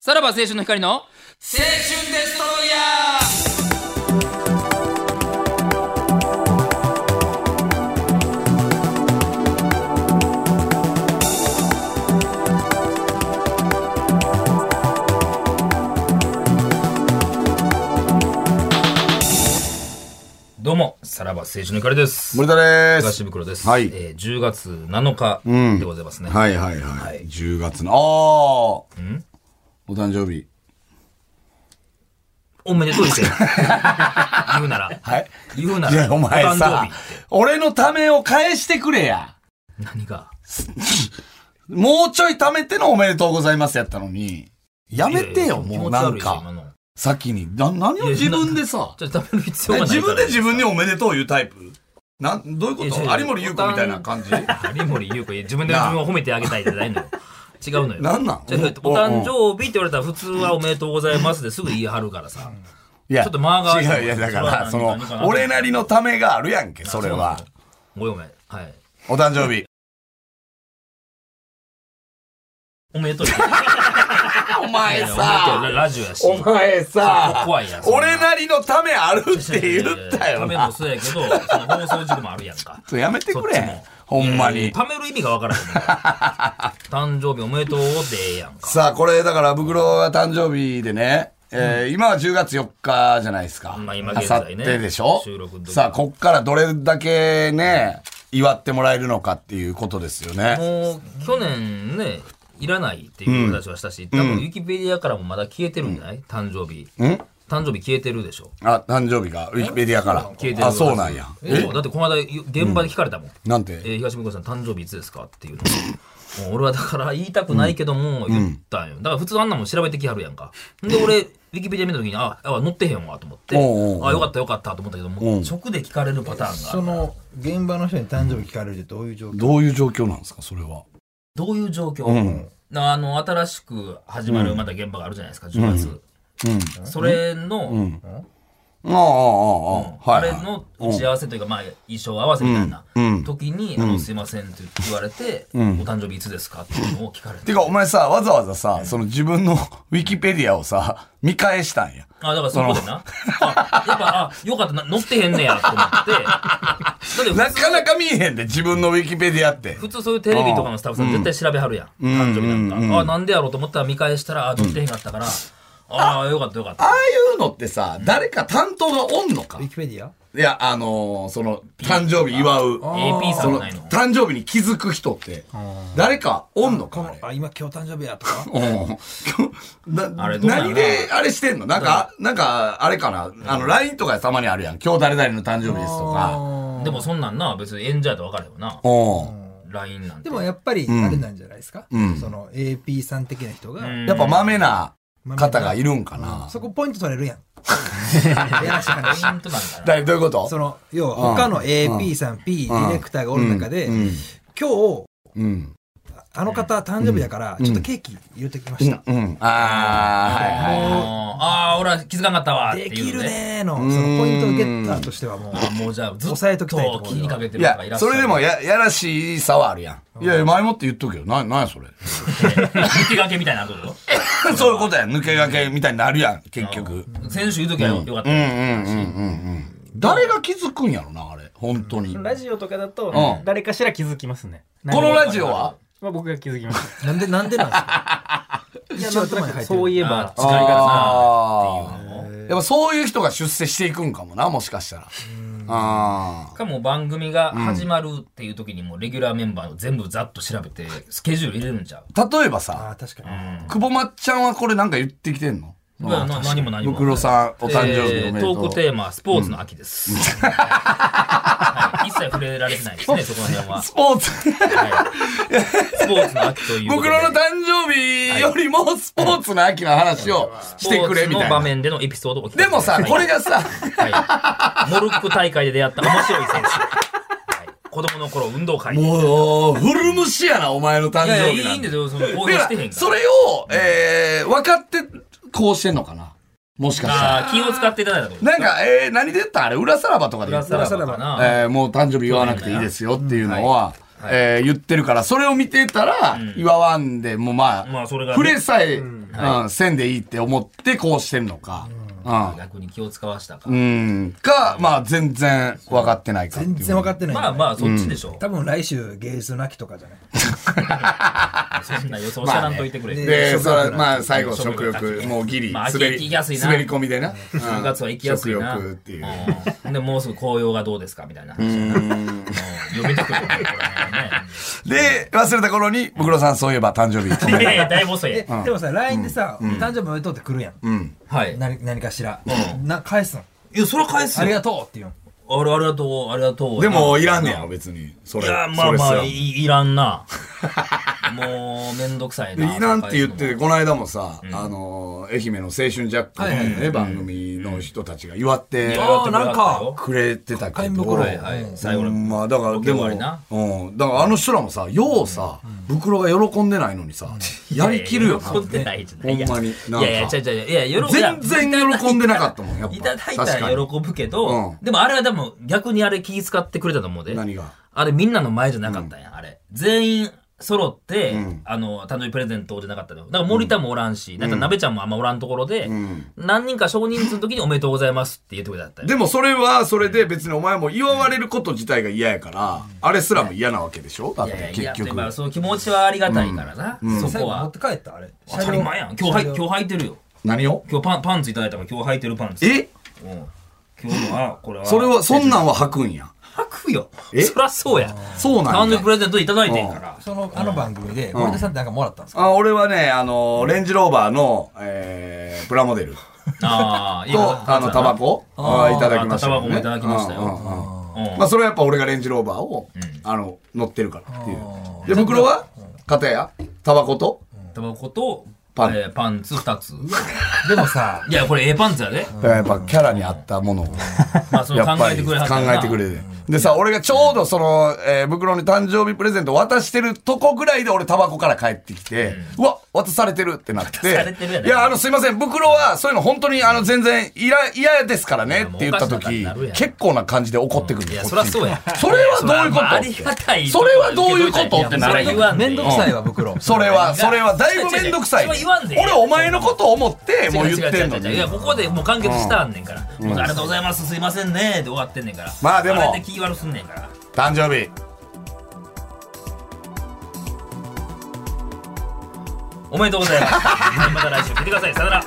さらば青春の光の青春デストロイヤーどうもさらば青春の光です森田で東す。袋です、はいえー10月7日んでございますね、はいはいはい。10月の、ああお誕生日。おめで とうですよ言うならはい。言うないら や、お前誕生さ日って、俺のためを返してくれや。何がもうちょい貯めてのおめでとうございますやったのに。やめていやよ、いやもうなん気持ち悪いし今か。の先に。な、何を自分でさ。ちょっと食べる必要えがない自から分で自分におめでとう言うタイプなん、どういうこいやと違う違う有森優子みたいな感じ有森優子いや自分で自分を褒めてあげたいじゃないのよ違うのよなんなんじゃあお誕生日って言われたら普通はおめでとうございますですぐ言い張るからさいやちょっと間が違う、いや、だから、そそれはの何かな、俺なりのためがあるやんけ、それは。ごめんはいお誕生日。おめでとうおお前めでとうララジオやしお前さそ、怖いやんそんな俺なりのためあるって言ったよ食べもな。そうやけど、その放送事故もあるやんか。ちょやめてそっくちれも。ほんまいやいやに。貯める意味がわからへんねんから。 誕生日おめでとうってええやんか。さあ、これだから、袋が誕生日でね、えー今は10月4日じゃないですか。まあ今明現後在日ねでしょ収録の時さあ、こっからどれだけね、祝ってもらえるのかっていうことですよね。もう、去年ね、いらないっていう話はしたし、多分ウィキペディアからもまだ消えてるんじゃない誕生日。誕生日消えてるでしょ。あ、誕生日が、ウィキペディアから消えて。るあ、そうなんや。えそうだってこの間、現場で聞かれたもん。なんえてー東向さん誕生日いつですかっていうのをもう俺はだから言いたくないけども言ったんよ、だから普通あんなもん調べてきはるやんかで俺ウィキペディア見た時にああ載ってへんわと思っておうおうおうあよかったよかったと思ったけども直で聞かれるパターンがあそるからの現場の人に誕生日聞かれるってどういう状況どういう状況なんですか、それは。どういう状況、んなあの新しく始まるまた現場があるじゃないですか10月、それの、ああ、ああ、ああ。あはいれはい。の打ち合わせというか、まあ、衣装合わせみたいな時に、あのすいませんって言われて、お誕生日いつですかっていうのを聞かれててか、お前さ、わざわざさ、その自分の ウィキペディアをさ、見返したんや。あ、だからそこでな。あ、やっぱ、あ、よかったな、乗ってへんねや、と思って。だって普な通、かなか見えへんで、自分のウィキペディアって。普通そういうテレビとかのスタッフさん絶対調べはるやん。誕生日なんか。あ、なんでやろうと思ったら見返したら、あ、乗ってへんかったから、ああ、よかったよかっあた。あいうのってさ、誰か担当がおんのかウィキペディアいや、あのーその、誕生日祝う。 AP さそんじゃの、ないの。誕生日に気づく人って、誰かおんのかあれあ今今日誕生日やとかうん なあれどうなんやろ何であれしてんのなんか、なんか、あれかなあの、LINE とかでたまにあるやん。今日誰々の誕生日ですとか。でもそんなんな、別に演者やと分かるよな。うん。 LINE なんて。で もやっぱりあれなんじゃないですか、んその AP さん的な人が、うんやっぱ、豆な方がいるんかなそこポイント取れる やんいやらしいポイ話ントなんかな。だいどういうことその要は他の AP さん、P ディレクターがおる中で、うん今日うん。あの方誕生日だから、ちょっとケーキ入れてきまうした、ん。うん。あー、はいはい。もうああ、俺は気づかなかったわ、ってでいきうるね。ねーのそのポイントゲッターとしてはもうあもうじゃあ、ずっ抑えときたいとところ気にかけている方がいや、らっしゃそる。れで もや、やらしさはあるやん。いやいや、前もって言っとくけど、な、なんやそれ。 抜けがけみたいなことよそういうことやん。抜け駆けみたいになるやん、結局。先週言うときはよかったよ。誰が気づくんやろな、あれ。本当に。こラジオとかだとうん誰かしら気づきますね。のラジオはまあ僕が気づきましなんでなんでなんですか た。いややななんんととななくくそそうういいええばば使い方さあー。やっぱそういう人が出世していくんかもな、もしかしたら。あしかも番組が始まるっていう時にもうレギュラーメンバーを全部ざっと調べてスケジュール入れるんちゃうー。例えばあさ、あ確かに、久保まっちゃんはこれなんか言ってきてんのまあな何も何も。ブクロさんお誕生日おめでとうトークテーマ、スポーツの秋です。はい一切触れられてないですね、そこら辺は。スポーツ。 はいスポーツの秋ということ僕で。らの誕生日よりもスポーツの秋の話をしてくれみスポーツたのい場な。面でのエピソードをお聞かせでもさ、くだこいれがさ、はいモルック大会で出会った面白い選手。はい子供の頃運動会で。いもう、古虫やな、お前の誕や生い日や、いないんんでて。すよ、その公表だしてかへんら、か。それを、えー、分かって、こうしてんのかなもしからしたら。ああ、気を使っていただいたと思う。なんか、えー、何で言ったんあれ、裏さらばとかで言裏ったさら、らばかな。えー、もう誕生日言わなくていいですよっていうのは、はいえー、言ってるから、それを見てたら、ん祝わんで、もうまあ、まあそれがね触れさえうん、線でいいって思ってこうしてんのか。う逆に気を使わしたか。ん。うん。か、まあ全然分かってないかっていう。全然分かってない。まあまあ、そっちでしょ。多分来週芸術なきとかじゃない。そんな予想しゃらんといてくれ。まあねでで、食欲それまあ最後食食欲欲、もうギリ、まあ滑行きり、やすいな滑り込みでな。うん正月は行きやすいな。食欲っていう。うんで、もうすぐ紅葉がどうですかみたいな話。うん呼びてくるよね、で、忘れた頃に、ブクロさんそういえば誕生日これね。いやいや、だいぶ遅えい。、でもさ、LINE でさ、誕生日おめでとうって来るやん。うん。はい。何何かしら。うな返すの。いや、それは返すありよ。がとうって言うの。あれ、ありがとう、ありがとう。でも、いらんねや、別に。そいれ。や、まあまそれあ、すいいらんな。 もう、めんどくさいらな。 いらんって言って、この間もさ、あの、愛媛の青春ジャックのね、番組の人たちが祝ってやあーなんかくれてたけ買いど。袋はいはい最後のうんまあ、だから、ロケで終も、わう。りなんだから、あの人らもさ、ようさ、袋が喜んでないのにさ、やりきるよな。喜んでないじゃない。ほんまに。いやいや、なん違かう違ういや。いや、喜全然喜んでなかったもん、やっぱ。いただいた確からに喜ぶけうんど、でもあれはでも逆にあれ気遣ってくれたと思うで。何があれみんなの前じゃなかったんや、あれ。全員揃って、あの、誕生日プレゼントじゃなかったのよ。だから森田もおらんし、なんか鍋ちゃんもあんまおらんところで、何人か少人数の時におめでとうございますって言ってくれたったよ。でもそれはそれで別にお前も祝われること自体が嫌やから、あれすらも嫌なわけでしょだっいやていや結いや、局。まあその気持ちはありがたいからな、そ最こ後持はって。帰ったあれ。当たり前やん。今日はい、今日履いてるよ。何を今日パン、パンツいただいたから今日履いてるパンツ。えうん今日のは、これは。それは、そんなんは吐くんや。履くよ。えそらそうや。そうな誕ん生日やプ。レゼントいただいてんから。その、あの番組で、森田さんってなんかもらったんですかあ俺はね、あのー、レンジローバーの、えー、プラモデル ああ、いいよと、あの、タバコあーいただきましたあタバよ、ね。コもいただきましたようんうんうんうんまあ、それはやっぱ俺がレンジローバーを、あの、乗ってるからっていう。で、袋は片やタバコとタバコと、パンえーパンツ2つ。でもさ、いや、これええパンツやで。やっぱキャラに合ったものを。まあ、そのやっ考ぱえりて考くれはったよなえてくれて。でさ、俺がちょうどその、えー、袋に誕生日プレゼント渡してるとこぐらいで俺タバコから帰ってきて、うわ、渡されてるってなって。渡されてるやないいや、あの、すいません、袋はそういうの本当にあの、全然いら、嫌ですからねって言ったいやもう時おかしなことになるやん、結構な感じで怒ってくるいのや、こっそちらそうや。それはどういうことまあありがたい。それはどういうことってなるいやそれは言わんでめんどくさいわ、袋。それは、それはだいぶめんどくさい。違う違うそれは言わんでいい俺お前のことを思ってもう言ってんの違う違う違う違ういにや、。ここでもう完結したんねんから。もうありがとうございます、すいませんね、で終わってんねんから。まあでもれで気悪すんねんから。誕生日。 おめでとうございます。また来週聞いてください。さよなら。